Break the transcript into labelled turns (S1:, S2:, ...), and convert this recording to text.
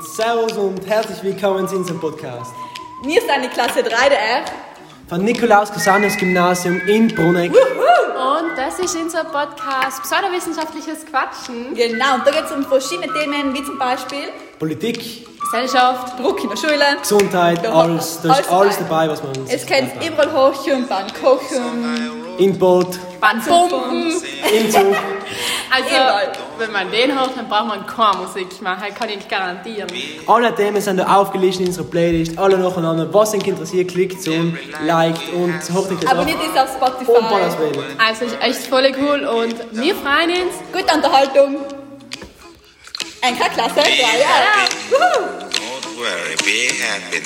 S1: Servus und herzlich willkommen zu unserem Podcast
S2: Wir sind die Klasse 3 der F.
S1: von Nikolaus Casanius Gymnasium in Bruneck.
S3: Und das ist unser Podcast Pseudowissenschaftliches Quatschen.
S2: Genau, und da geht es um verschiedene Themen, wie zum Beispiel
S1: Politik,
S3: Gesellschaft.
S2: Druck in der Schule.
S1: Gesundheit,
S2: Da-
S1: alles, da ist alles dabei, was man
S2: Es kennt überall Hochschulen, beim Kochen,
S1: Im Boot,
S2: Pumpen.
S1: im Zug.
S3: Also,
S2: Überall.
S3: wenn man den hört, dann braucht man keine Musik machen, kann ich garantieren.
S1: Alle Themen sind da aufgelistet in unserer Playlist, alle nacheinander. Was euch interessiert, klickt und liked und hört euch das an.
S2: Abonniert uns auf
S1: Und Ballas
S2: Spotify.
S1: wählen.
S3: Also, ist echt voll cool und wir freuen uns.
S2: Gute Unterhaltung. NK Klasse 3 der F.
S4: Don't worry, be happy.